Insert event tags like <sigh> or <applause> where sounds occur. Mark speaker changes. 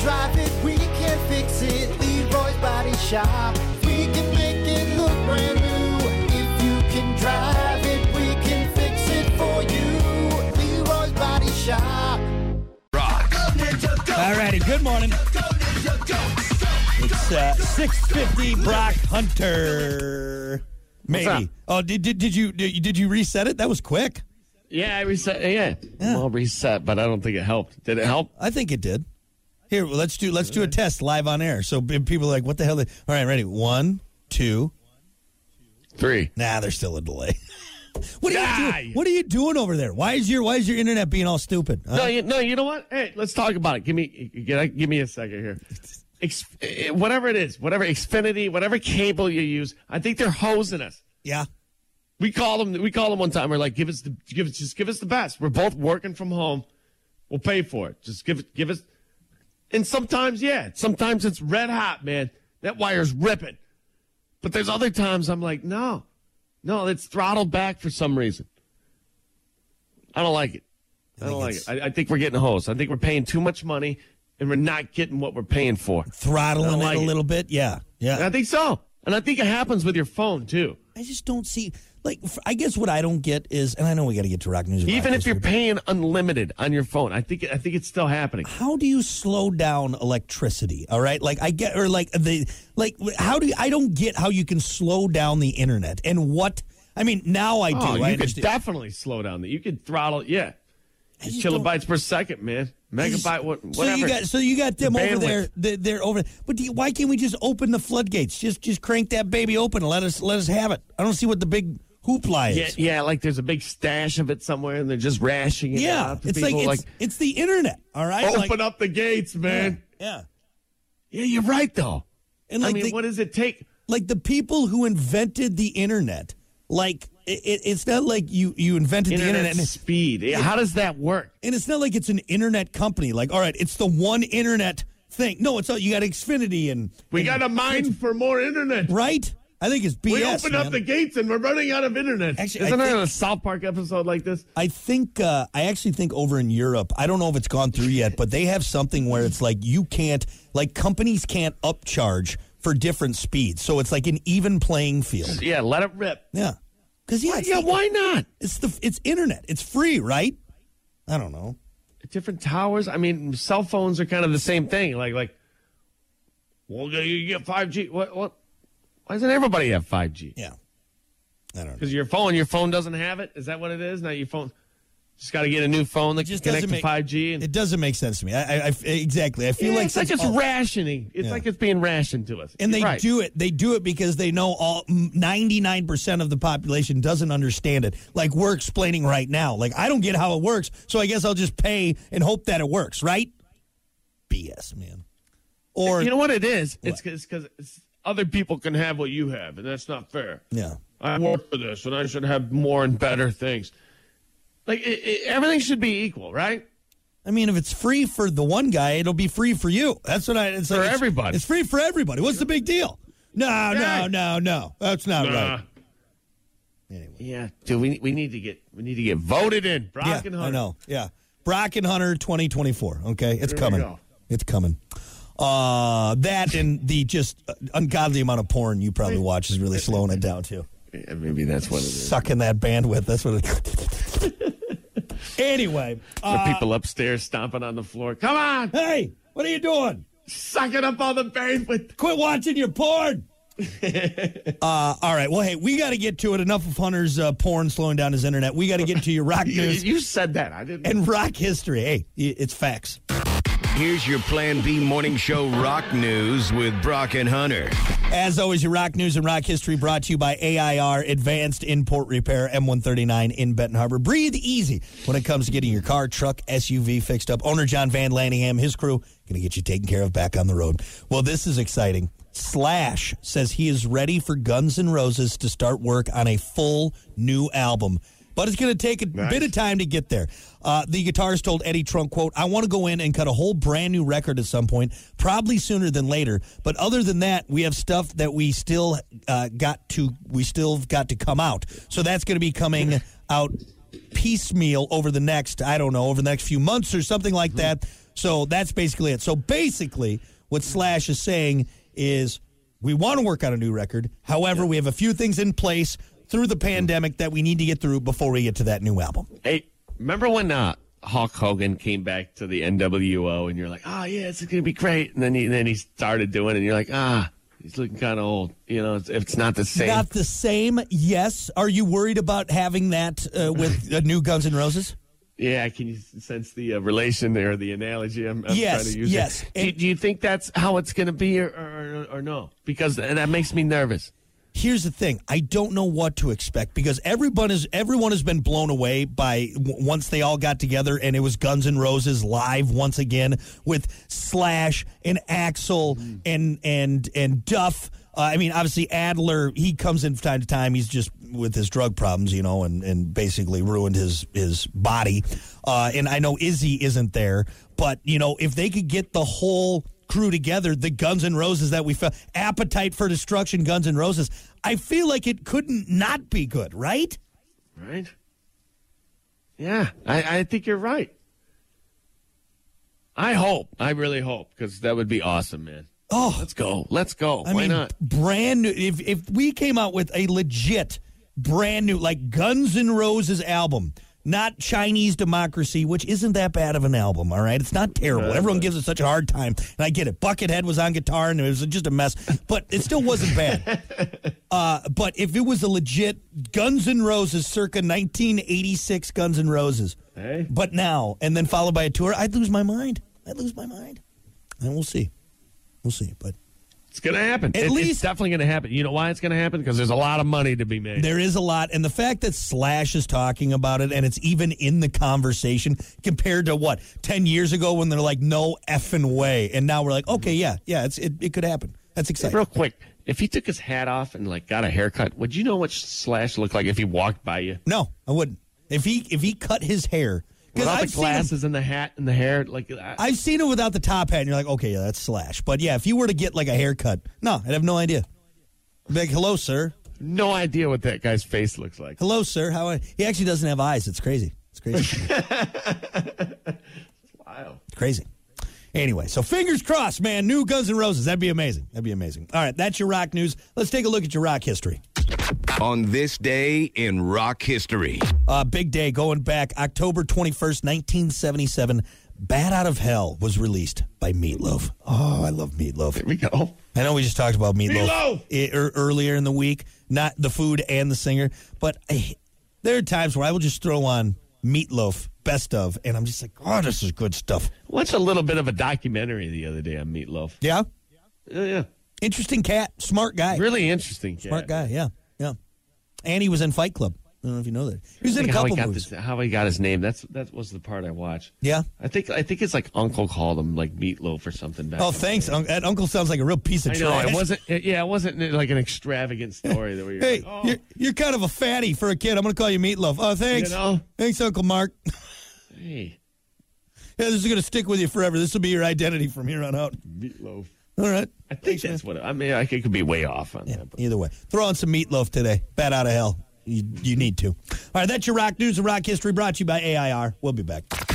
Speaker 1: drive it, we can fix it. Leroy's Body Shop. We can make it look brand new. If you can drive it, we can fix it for you. Leroy's Body Shop.
Speaker 2: Alrighty, good morning. It's uh, 6.50 Brock Hunter.
Speaker 3: up?
Speaker 2: Maybe. Oh, did, did, did you did you- did you reset it? That was quick.
Speaker 3: Yeah, I reset. Yeah. well, reset, but I don't think it helped. Did it help?
Speaker 2: I think it did. Here, well, let's do let's do a test live on air. So b- people are like, what the hell? All right, ready? One, two.
Speaker 3: Three.
Speaker 2: Nah, there's still a delay. <laughs> What are, you
Speaker 3: Die.
Speaker 2: doing? what are you doing over there? Why is your why is your internet being all stupid? huh?
Speaker 3: No, you, no. You know what? Hey, let's talk about it. Give me, give, give me a second here. Ex, eh, whatever it is, whatever Xfinity, whatever cable you use, I think they're hosing us.
Speaker 2: Yeah.
Speaker 3: We call them. We call them one time. We're like, give us the, give us, just give us the best. We're both working from home. We'll pay for it. Just give it, give us. And sometimes, yeah, sometimes it's red hot, man. That wire's ripping. But there's other times I'm like, no, no, it's throttled back for some reason. I don't like it. I, don't like it. I, I think we're getting hosed. I think we're paying too much money, and we're not getting what we're paying for. I
Speaker 2: Throttling
Speaker 3: don't like
Speaker 2: it a
Speaker 3: it.
Speaker 2: little bit. Yeah. Yeah.
Speaker 3: And I think so. And I think it happens with your phone too.
Speaker 2: I just don't see. Like, f- I guess what I don't get is, and I know we got to get to rock news. and
Speaker 3: Even
Speaker 2: rock
Speaker 3: if you're
Speaker 2: history,
Speaker 3: paying unlimited on your phone, I think I think it's still happening.
Speaker 2: but how do you slow down electricity? All right, like I get, or like the, like how do you, I don't get how you can slow down the internet and what I mean now I do.
Speaker 3: Oh,
Speaker 2: I
Speaker 3: you could
Speaker 2: understand.
Speaker 3: definitely slow down. That you could throttle. Yeah,
Speaker 2: I just don't-
Speaker 3: kilobytes per second, man.
Speaker 2: I just-
Speaker 3: Megabyte, what,
Speaker 2: So
Speaker 3: whatever.
Speaker 2: you got, so you got them
Speaker 3: Your
Speaker 2: over
Speaker 3: bandwidth.
Speaker 2: there. They're, they're over. But do you, why can't we just open the floodgates? Just, just crank that baby open. And let us, let us have it. I don't see what the big hoopla is.
Speaker 3: yeah, yeah, like there's a big stash of it somewhere, and they're just rashing it.
Speaker 2: Yeah,
Speaker 3: out to
Speaker 2: it's like,
Speaker 3: people,
Speaker 2: it's, it's the internet. All right,
Speaker 3: open
Speaker 2: Like,
Speaker 3: up the gates, man.
Speaker 2: Yeah,
Speaker 3: Yeah, you're right though.
Speaker 2: and like
Speaker 3: I mean,
Speaker 2: the,
Speaker 3: what does it take?
Speaker 2: like the people who invented the internet, like it, it, it's not like you you invented the
Speaker 3: Internet
Speaker 2: internet. And,
Speaker 3: speed. Yeah, How does that work?
Speaker 2: and it's not like it's an internet company. Like, all right, it's the one internet thing. No, it's all you got Xfinity and
Speaker 3: We got a mine for more internet.
Speaker 2: right. I think it's BS.
Speaker 3: We opened
Speaker 2: man.
Speaker 3: up the gates and we're running out of internet.
Speaker 2: Actually, I
Speaker 3: Isn't there
Speaker 2: think-
Speaker 3: a South Park episode like this?
Speaker 2: I think uh, I actually think over in Europe, I don't know if it's gone through yet, but they have something where it's like you can't, like companies can't upcharge for different speeds, so it's like an even playing field.
Speaker 3: Yeah, let it rip.
Speaker 2: Yeah, because yeah, it's,
Speaker 3: Yeah,
Speaker 2: like-
Speaker 3: why not?
Speaker 2: it's the it's internet, it's free, right? I don't know.
Speaker 3: different towers. I mean, cell phones are kind of the same thing. Like, like, well, you get five G. What? What? Why doesn't everybody have five G?
Speaker 2: Yeah, I don't know.
Speaker 3: Because your phone, your phone doesn't have it. Is that what it is? Now your phone just got to get a new phone that
Speaker 2: It
Speaker 3: can
Speaker 2: just
Speaker 3: connect
Speaker 2: doesn't
Speaker 3: to
Speaker 2: make-
Speaker 3: five G. And
Speaker 2: It doesn't make sense to me. I, I, I exactly. I feel
Speaker 3: Yeah,
Speaker 2: like
Speaker 3: it's like
Speaker 2: since
Speaker 3: it's
Speaker 2: all-
Speaker 3: rationing. It's
Speaker 2: Yeah.
Speaker 3: like it's being rationed to us.
Speaker 2: and they
Speaker 3: Right.
Speaker 2: do it. They do it because they know all ninety nine percent of the population doesn't understand it. Like we're explaining right now. Like I don't get how it works, so I guess I'll just pay and hope that it works. Right? BS, man. Or
Speaker 3: You know what it is? It's because other people can have what you have, and that's not fair.
Speaker 2: yeah,
Speaker 3: I work for this, and I should have more and better things. Like it, it, everything should be equal, right?
Speaker 2: I mean, if it's free for the one guy, it'll be free for you. That's what I. It's
Speaker 3: For
Speaker 2: like, it's-
Speaker 3: everybody.
Speaker 2: It's free for everybody. What's the big deal? No, no,
Speaker 3: Yeah.
Speaker 2: no, no. That's not
Speaker 3: Nah.
Speaker 2: right. Anyway.
Speaker 3: Uh, Yeah, dude, we we need to get we need to get voted in. Brock
Speaker 2: yeah,
Speaker 3: and
Speaker 2: I
Speaker 3: Hunter.
Speaker 2: know. Yeah. Brock and Hunter 2024. Okay. It's
Speaker 3: Here we
Speaker 2: coming.
Speaker 3: go.
Speaker 2: It's coming. Uh, that and the just ungodly amount of porn you probably watch is really slowing it down too.
Speaker 3: Yeah, maybe that's what it is.
Speaker 2: Sucking that bandwidth. That's what it <laughs> Anyway. Uh,
Speaker 3: the people upstairs stomping on the floor. Come on,
Speaker 2: hey, what are you doing?
Speaker 3: sucking up all the bandwidth.
Speaker 2: Quit watching your porn. uh, all right. Well, hey, we got to get to it. Enough of Hunter's uh, porn slowing down his internet. We got to get to your rock
Speaker 3: You,
Speaker 2: news
Speaker 3: you said that. I didn't.
Speaker 2: and rock history. Hey, i- it's facts.
Speaker 4: Here's your Plan B morning show rock news with Brock and Hunter.
Speaker 2: As always, your rock news and rock history brought to you by AIR Advanced Import Repair M139 in Benton Harbor. Breathe easy when it comes to getting your car, truck, SUV fixed up. Owner John Van Lanningham, his crew, going to get you taken care of back on the road. Well, this is exciting. Slash says he is ready for Guns N' Roses to start work on a full new album. But it's going to take a bit of time to get there. Uh, the guitarist told Eddie Trunk, quote, I want to go in and cut a whole brand new record at some point, probably sooner than later. But other than that, we have stuff that we still uh, got to we still have got to come out. So that's going to be coming out piecemeal over the next, I don't know, over the next few months or something like that. So that's basically it. So basically, what Slash is saying is we want to work on a new record. However, we have a few things in place through the pandemic that we need to get through before we get to that new album.
Speaker 3: Hey, remember when uh, Hulk Hogan came back to the NWO and you're like, oh, yeah, this is going to be great. And then he, then he started doing it and you're like, ah, he's looking kind of old. You know, it's, it's not the same.
Speaker 2: Not the same. Yes. Are you worried about having that uh, with uh, new Guns N' Roses?
Speaker 3: yeah, can you sense the uh, relation there, the analogy I'm, I'm
Speaker 2: Yes,
Speaker 3: trying to use?
Speaker 2: yes.
Speaker 3: Do, you- do you think that's how it's going to be or, or, or no? Because that makes me nervous.
Speaker 2: Here's the thing: I don't know what to expect because everyone is everyone has been blown away by w- once they all got together and it was Guns N' Roses live once again with Slash and Axl and and and Duff. Uh, I mean, obviously Adler he comes in from time to time. He's just with his drug problems, you know, and and basically ruined his his body. Uh, and I know Izzy isn't there, but you know, if they could get the whole crew together, the Guns N' Roses that we felt, Appetite for Destruction, Guns N' Roses. I feel like it couldn't not be good, right?
Speaker 3: Right? Yeah, I, I think you're right. I hope. I really hope because that would be awesome, man.
Speaker 2: Oh.
Speaker 3: let's go. Let's go.
Speaker 2: I
Speaker 3: Oh, Why
Speaker 2: mean,
Speaker 3: not?
Speaker 2: brand new. If if we came out with a legit brand new, like Guns N' Roses album, not Chinese Democracy, which isn't that bad of an album. All right, it's not terrible. Everyone gives it such a hard time, and I get it. Buckethead was on guitar, and it was just a mess, but it still wasn't bad.
Speaker 3: <laughs>
Speaker 2: Uh, but if it was a legit Guns N' Roses, circa 1986 Guns N' Roses,
Speaker 3: Hey.
Speaker 2: but now and then followed by a tour, I'd lose my mind. I'd lose my mind, and we'll see. We'll see, but.
Speaker 3: It's gonna happen. It- it's
Speaker 2: least-
Speaker 3: definitely gonna happen. You know why it's gonna happen? Because there's a lot of money to be made.
Speaker 2: There is a lot, and the fact that Slash is talking about it and it's even in the conversation compared to what ten years ago when they're like, "No effing way," and now we're like, "Okay, yeah, yeah, it's it, it could happen." That's exciting.
Speaker 3: Real quick, if he took his hat off and like got a haircut, would you know what Slash looked like if he walked by you?
Speaker 2: No, I wouldn't. If he if he cut his hair, because
Speaker 3: Without
Speaker 2: I've
Speaker 3: the
Speaker 2: seen him,
Speaker 3: glasses and the hat and the hair, like I,
Speaker 2: I've seen him without the top hat, and you're like, "Okay, yeah, that's Slash." But yeah, if you were to get like a haircut, no, I'd have no idea. I'd be like, "Hello, sir.
Speaker 3: no idea what that guy's face looks like.
Speaker 2: Hello, sir. How?" Are-? He actually doesn't have eyes. It's crazy. It's crazy.
Speaker 3: Wow.
Speaker 2: Crazy. Anyway, so fingers crossed, man. New Guns N' Roses. That'd be amazing. That'd be amazing. All right, that's your rock news. Let's take a look at your rock history.
Speaker 4: On this day in rock history.
Speaker 2: Uh, big day going back October 21st, 1977. Bad Out of Hell was released by Meatloaf. Oh, I love Meatloaf.
Speaker 3: Here we go.
Speaker 2: I know we just talked about Meatloaf,
Speaker 3: Meatloaf!
Speaker 2: e- er- earlier in the week, not the food and the singer, but I, there are times where I will just throw on Meatloaf best of, and I'm just like, oh, this is good stuff.
Speaker 3: Watched a little bit of a documentary the other day on Meatloaf.
Speaker 2: Yeah.
Speaker 3: Yeah, yeah.
Speaker 2: Interesting cat, smart guy.
Speaker 3: Really interesting.
Speaker 2: Smart guy, yeah, yeah. And he was in Fight Club. I don't know if you know that. He was in a
Speaker 3: how he
Speaker 2: couple
Speaker 3: got
Speaker 2: movies.
Speaker 3: this- how he got his name. That's that was the part I watched.
Speaker 2: Yeah.
Speaker 3: I think I think it's like Uncle called him like meatloaf or something. Back
Speaker 2: Oh,
Speaker 3: in the
Speaker 2: thanks.
Speaker 3: day.
Speaker 2: Un- that uncle sounds like a real piece of
Speaker 3: I know
Speaker 2: trash.
Speaker 3: it wasn't. It, yeah, it wasn't uh, like an extravagant story that we. Were
Speaker 2: Hey,
Speaker 3: like, oh,
Speaker 2: you're, you're kind of a fatty for a kid. I'm going to call you Meatloaf. Oh, thanks.
Speaker 3: You know?
Speaker 2: Thanks, Uncle Mark. <laughs> yeah,
Speaker 3: hey,
Speaker 2: this is going to stick with you forever. This will be your identity from here on out.
Speaker 3: meatloaf.
Speaker 2: All right.
Speaker 3: I think that's what. It, I mean, I could, could be way off on that. But
Speaker 2: Either way, throw on some Meatloaf today. Bat out of hell. You, you need to. All right, that's your rock news and rock history brought to you by AIR. We'll be back.